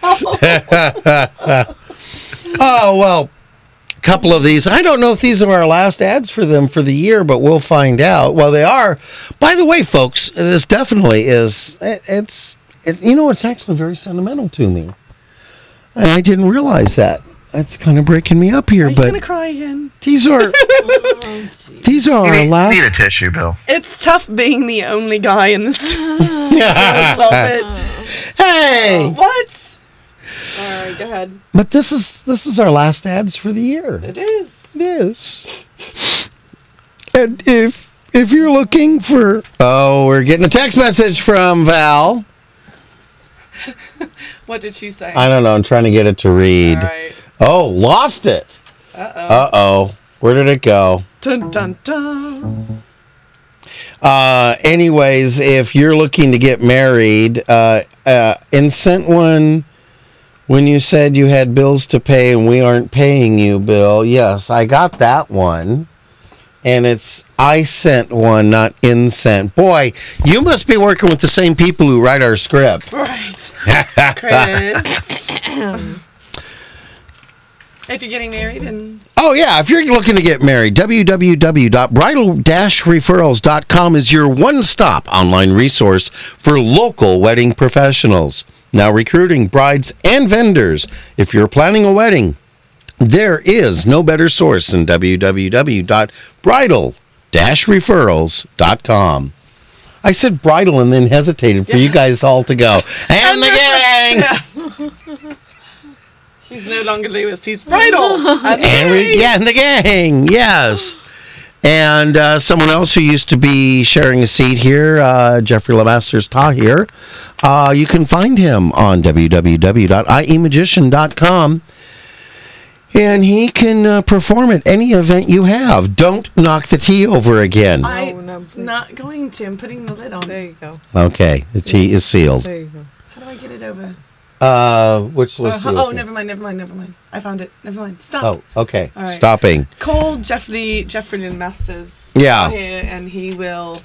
oh well. A couple of these. I don't know if these are our last ads for them for the year, but we'll find out. Well, they are. By the way, folks, this definitely is. It, it's it, you know, it's actually very sentimental to me, and I didn't realize that. That's kind of breaking me up here,
Are you
but
gonna Oh, cry again?
These are these are our
You need, need
last.
a tissue, Bill.
Uh-huh.
It's tough being the only guy in this. I love it.
Hey!
What? All right, go ahead.
But this is this is our last ads for the year.
It is.
It is. And if if you're looking for Oh, we're getting a text message from Val.
What did she say?
I don't know, I'm trying to get it to read.
All right.
Oh, lost it. Uh oh. Where did it go?
Dun dun dun.
Uh, anyways, if you're looking to get married, uh, uh, and sent one when you said you had bills to pay and we aren't paying you, Bill. Yes, I got that one. And it's I sent one, not in sent. Boy, you must be working with the same people who write our script.
Right. Chris. if you're getting married and
Oh, yeah. If you're looking to get married, www.bridal-referrals.com is your one-stop online resource for local wedding professionals. Now recruiting brides and vendors. If you're planning a wedding, there is no better source than www.bridal-referrals.com. I said bridal and then hesitated for you guys all to go. And the gang!
he's no longer Lewis, he's bridal. And
And we, yeah, and the gang, yes. And uh, someone else who used to be sharing a seat here, uh, Jeffrey Lemasters Tahir, uh, you can find him on E www.iemagician.com. And he can uh, perform at any event you have. Don't knock the tea over again.
I,
No, Oh, no, please.
not going to. I'm putting the lid on.
There you go.
Okay, the tea is sealed.
There you go.
How do I get it over?
Uh, which
Oh,
was
ho- oh, never mind, never mind, never mind. I found it. Never mind. Stop.
Oh, okay.
All right.
Stopping.
Call Jeffrey Jeffrey and Masters.
Yeah.
Here, and he will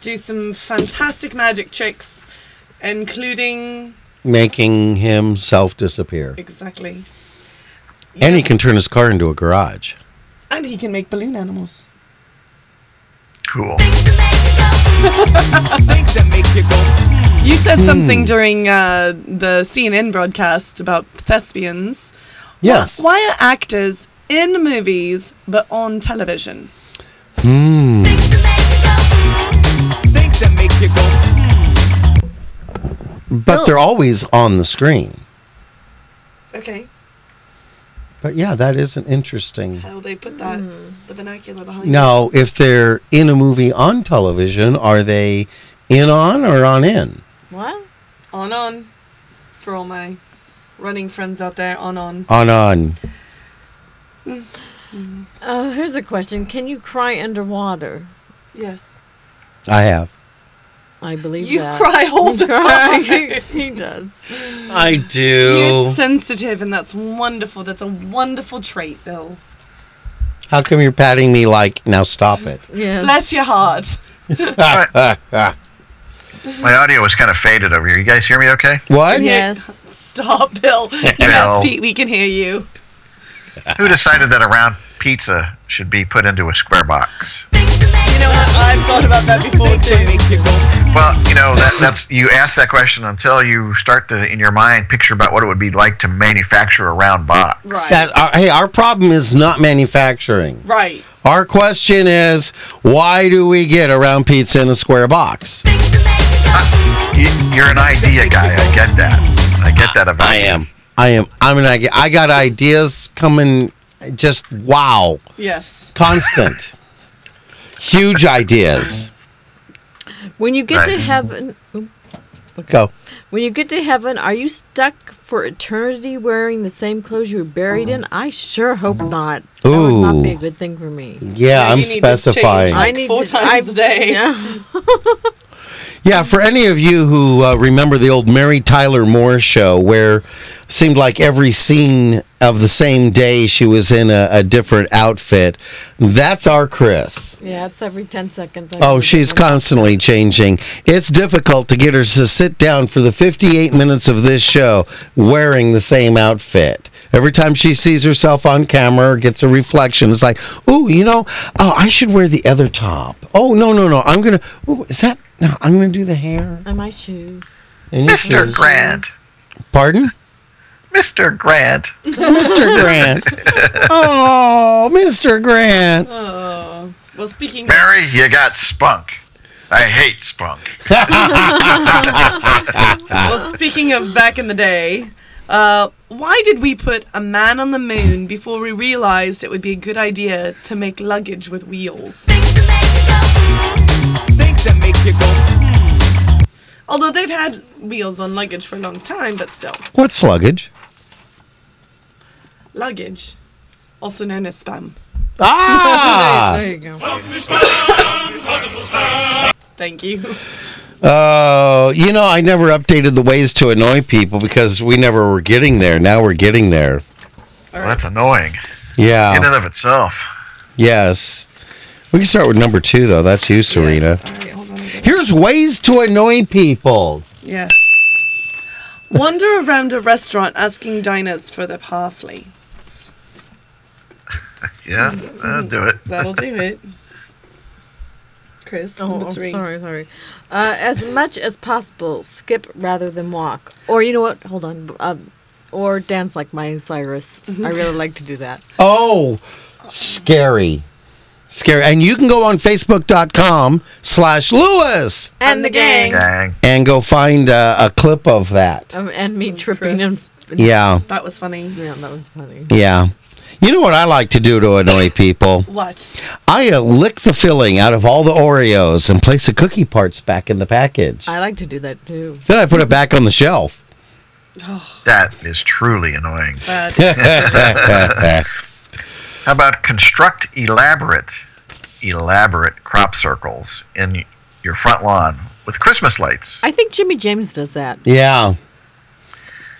do some fantastic magic tricks, including
Making himself disappear.
exactly.
And he can turn his car into a garage.
And he can make balloon animals.
Cool.
You said
Hmm.
something during uh, the CNN broadcast about thespians.
Yes.
Why are actors in movies but on television?
But they're always on the screen.
Okay.
But yeah, that is an interesting.
How they put that
Mm.
the vernacular behind it.
Now, if they're in a movie on television, are they in on or on in?
What?
On on. For all my running friends out there, on on.
On on.
Uh, here's a question. Can you cry underwater?
Yes.
I have.
I believe
You
that.
cry all the
Cry.
time.
he does.
I
You're
do.
sensitive, and that's wonderful. That's a wonderful trait, Bill.
How come you're patting me like now? Stop it.
Yes.
Bless your heart.
My audio was kind of faded over here. You guys hear me okay?
What?
Yes.
Stop, Bill.
Bill.
Yes, Pete, we can hear you.
Who decided that a round pizza should be put into a square box?
You know what? I've thought about that before too.
Well, you know that, that's you ask that question until you start to in your mind picture about what it would be like to manufacture a round box.
Right.
That, our, hey, our problem is not manufacturing.
right.
Our question is why do we get a round pizza in a square box?
You, you're an idea guy. I get that. I get that about
I am. I am. I'm an idea. I got ideas coming. Just wow,
Yes.
constant, huge ideas.
When you get
Right.
to heaven, oop,
Go.
when you get to heaven, are you stuck for eternity wearing the same clothes you were buried in? I sure hope not. That would not be a
Ooh.
good thing for me.
Yeah,
Yeah,
I'm
you need to change.
specifying.
Like
I need
four
to,
times
I,
a day.
Yeah.
Yeah, for any of you who uh, remember the old Mary Tyler Moore show, where seemed like every scene of the same day she was in a, a different outfit. That's our Chris.
Yeah, it's every 10 seconds. I
Oh,
need
she's
to-
constantly changing. It's difficult to get her to sit down for the 58 minutes of this show wearing the same outfit. Every time she sees herself on camera or gets a reflection, it's like, oh, you know, oh, I should wear the other top. Oh, no, no, no. I'm going to, oh, is that, no, I'm going to do the hair.
And my shoes.
And you
Mr.
choose-
Grant.
Pardon?
Mr. Grant.
Mr. Grant. Oh, Mr. Grant.
Well, speaking
Mary, you got spunk. I hate spunk.
well, speaking of back in the day, uh, why did we put a man on the moon before we realized it would be a good idea to make luggage with wheels? Although they've had wheels on luggage for a long time, but still,
What's luggage?
luggage, also known as spam.
Ah!
There you go.
Thank you.
Oh, you know, I never updated the ways to annoy people because we never were getting there. Now we're getting there.
Well, that's annoying
Yeah.
in and of itself.
yes. We can start with number two, though. That's you, Serena.
All right, hold on. a bit.
Here's ways to annoy people.
Yes. Wander around a restaurant asking diners for their parsley.
Yeah, that'll do it.
That'll do it. Chris,
Oh,
number
oh,
three.
sorry, sorry. Uh, as much as possible, skip rather than walk. Or you know what? Hold on. Um, or dance like Miley Cyrus. I really like to do that.
Oh, scary. Scary. And you can go on Facebook.com slash Lewis
And, the gang.
Dang.
and go find uh, a clip of that.
Oh,
Um, and me tripping
Chris.
and.
Yeah.
That was funny.
Yeah, that was funny.
Yeah. You know what I like to do to annoy people?
What?
I uh, lick the filling out of all the Oreos and place the cookie parts back in the package.
I like to do that too.
Then I put it back on the shelf.
That is truly annoying.
Uh.
Bad.
How about construct elaborate, elaborate crop circles in your front lawn with Christmas lights?
I think Jimmy James does that.
Yeah.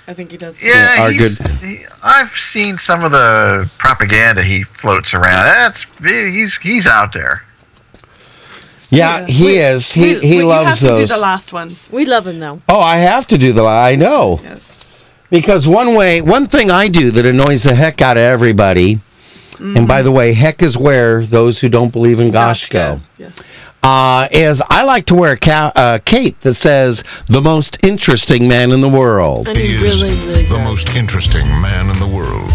I think he does.
Yeah,
Yeah,
are
he's,
good.
he- I've seen some of the propaganda he floats around. That's he's he's out there.
Yeah,
Yeah.
he
Wait,
is. He
Wait,
he
wait, you
loves
have to
those.
Do the last one.
We love him though.
oh, I have to do the la- I know.
Yes.
Because one way, one thing I do that annoys the heck out of everybody, and
Mm-hmm.
by the way, heck is where those who don't believe in gosh go,
Yes.
uh, is I like to wear a ca- uh, cape that says "the most interesting man in the world."
And he
Is
really, really
The
does.
most interesting man in the world.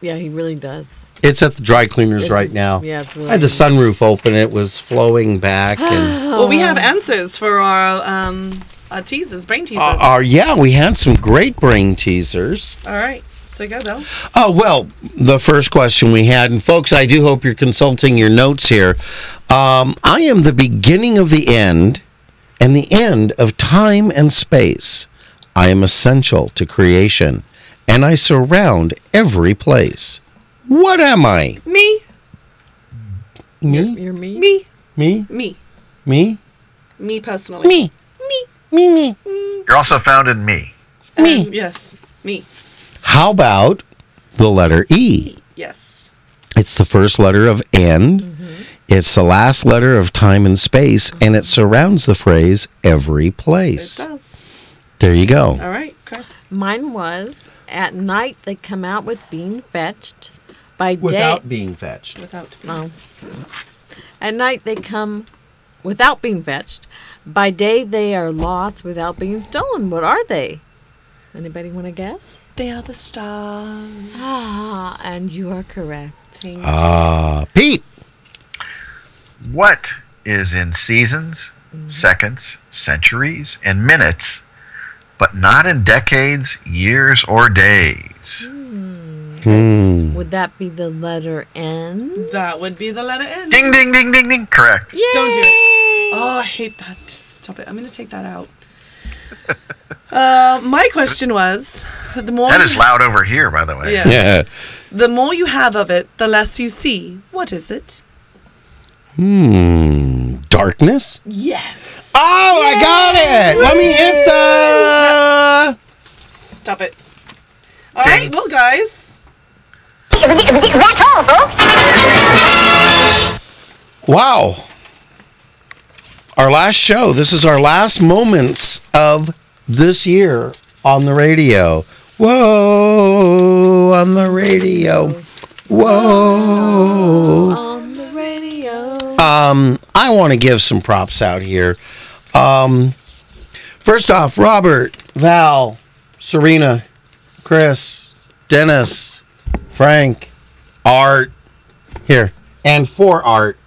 yeah, he really does.
It's at the dry cleaners
It's-
right now.
yeah, it's really
I had the sunroof open; it was flowing back. And uh,
Well, we have answers for our um our teasers, brain teasers.
uh, uh, yeah, we had some great brain teasers.
All right. So go, Bill.
Oh, well, the first question we had, and folks, I do hope you're consulting your notes here. Um, I am the beginning of the end and the end of time and space. I am essential to creation, and I surround every place. What am I?
Me,
Me?
You're me.
me,
Me?
me,
Me?
me personally.
Me? Me? Me?
You're also found in me.
Me. Um, yes. Me.
How about the letter E?
Yes.
It's the first letter of N. It's the last letter of time and space, and it surrounds the phrase every
It
place.
does.
There you go.
All right, Chris.
Mine was at night they come out with being fetched. By day
being fetched.
Without me.
Oh. At night they come without being fetched. By day they are lost without being stolen. What are they? Anybody want to guess?
They are the stars.
Ah, and you are correct.
Ah, Pete.
What is in seasons, seconds, centuries, and minutes, but not in decades, years, or days?
Would that be the letter N?
That would be the letter N.
Ding, ding, ding, ding, ding. Correct.
Yay!
Don't do it. Oh, I hate that. Just stop it. I'm going to take that out. Uh, my question was the more
That
you-
is loud over here, by the way.
Yeah.
Yeah.
the more you have of it, the less you see. What is it?
Hmm. Darkness.
Yes.
Oh, I got it. Let me hit the.
Stop it. All right,
Dang.
well, guys.
That's all, folks.
Wow. Our last show. This is our last moments of this year on the radio. Whoa, on the radio. Whoa.
On the radio.
Um, I want to give some props out here. Um, first off, Robert, Val, Serena, Chris, Dennis, Frank, Art, here, and for Art.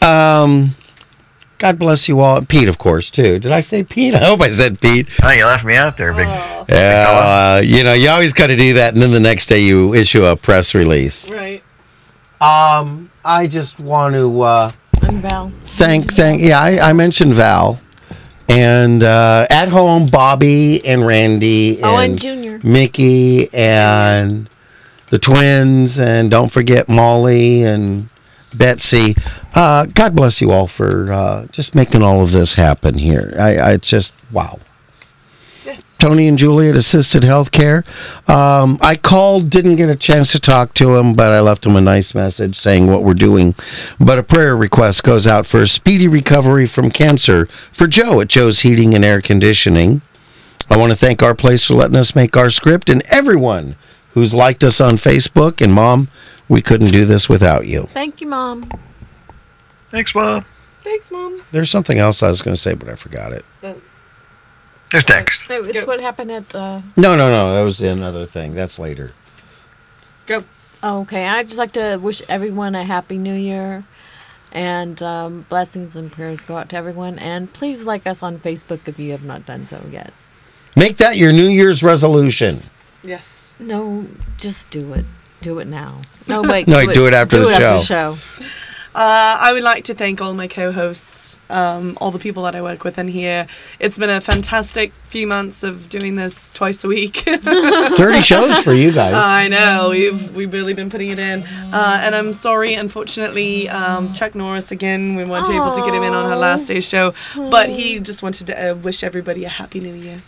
Um, God bless you all. Pete, of course, too. Did I say Pete? I hope I said Pete.
Oh, you left me out there, big.
Yeah, uh, you know, you always got to do that, and then the next day you issue a press release.
Right.
Um, I just want to uh,
I'm Val.
thank, thank. Yeah, I, I mentioned Val, and uh, at home, Bobby and Randy, and,
Oh, and Junior.
Mickey, and the twins, and don't forget Molly and Betsy. Uh, God bless you all for uh, just making all of this happen here. I, I it's just wow.
Yes.
Tony and Julie at Assisted Healthcare. Um, I called, didn't get a chance to talk to him, but I left him a nice message saying what we're doing. But a prayer request goes out for a speedy recovery from cancer for Joe at Joe's Heating and Air Conditioning. I want to thank our place for letting us make our script and everyone who's liked us on Facebook. And Mom, we couldn't do this without you.
Thank you, Mom.
Thanks, Bob.
Thanks, mom.
There's something else I was going to say, but I forgot it.
There's text.
It was what happened at. Uh,
No, no, no. That was another thing. That's later.
Go.
oh, okay, I'd just like to wish everyone a happy New Year, and um, blessings and prayers go out to everyone. And please like us on Facebook if you have not done so yet.
Make that your New Year's resolution.
Yes.
No, just do it. Do it now. No, wait.
No, do it after
do
the
it After the
show.
show.
Uh, I would like to thank all my co-hosts, um, all the people that I work with in here. It's been a fantastic few months of doing this twice a week.
30 shows for you guys.
I know we've we've really been putting it in, uh, and I'm sorry, unfortunately, um, Chuck Norris again. We weren't able to get him in on her last day's show, but he just wanted to uh, wish everybody a happy new year.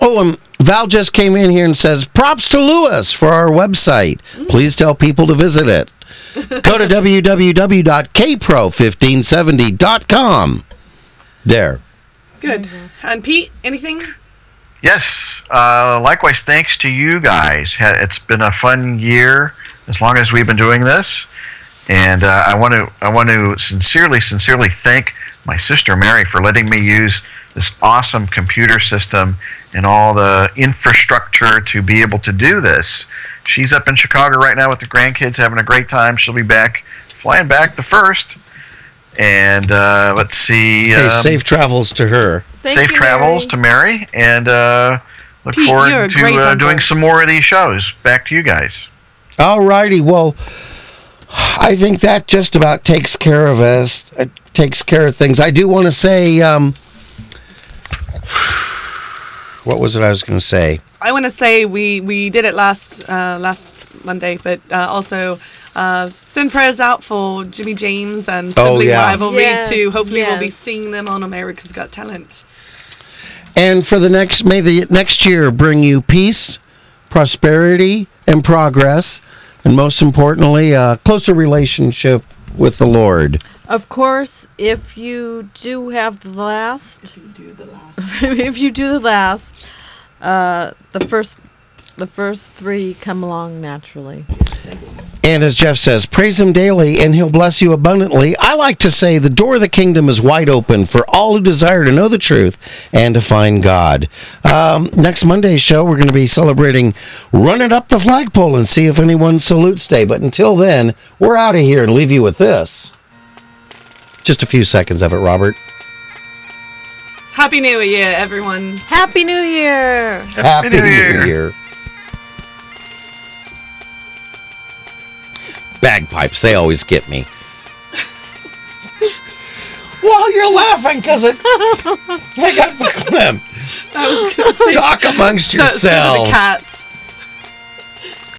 oh, um, Val just came in here and says, props to Lewis for our website. Please tell people to visit it. Go to www.kpro1570.com. There.
Good. And Pete, anything?
Yes. Uh, likewise, thanks to you guys. Ha- It's been a fun year as long as we've been doing this, and uh, I want to I want to sincerely sincerely thank my sister Mary for letting me use this awesome computer system and all the infrastructure to be able to do this. She's up in Chicago right now with the grandkids, having a great time. She'll be back, flying back the first. And uh, let's see.
Hey,
um,
safe travels to her.
Thank
safe
you,
travels
Mary.
to Mary, and uh, look
Pete, you're a
forward
great
to uh, doing
uncle.
some more of these shows. Back to you guys.
All righty. Well, I think that just about takes care of us. It takes care of things. I do want to say, um, what was it I was going to say?
I want to say we we did it last uh, last Monday, but uh, also uh, send prayers out for Jimmy James and
Oh,
Sibling
yeah.
Rivalry
Yes,
too. Hopefully, we'll be
yes.
seeing them on America's Got Talent.
And for the next, may the next year bring you peace, prosperity, and progress, and most importantly, a closer relationship with the Lord.
Of course, if you do have the last, if you do the last, uh, the first, the first three come along naturally.
And as Jeff says, praise Him daily, and He'll bless you abundantly. I like to say the door of the kingdom is wide open for all who desire to know the truth and to find God. Um, next Monday's show, we're going to be celebrating running up the flagpole and see if anyone salutes day. But until then, we're out of here and leave you with this. Just a few seconds of it, Robert.
Happy New Year, everyone.
Happy New Year!
Happy New Year. Bagpipes, they always get me. well, you're laughing because it. I got the clip.
That was good.
Talk amongst
So- so do the
yourselves.
cats.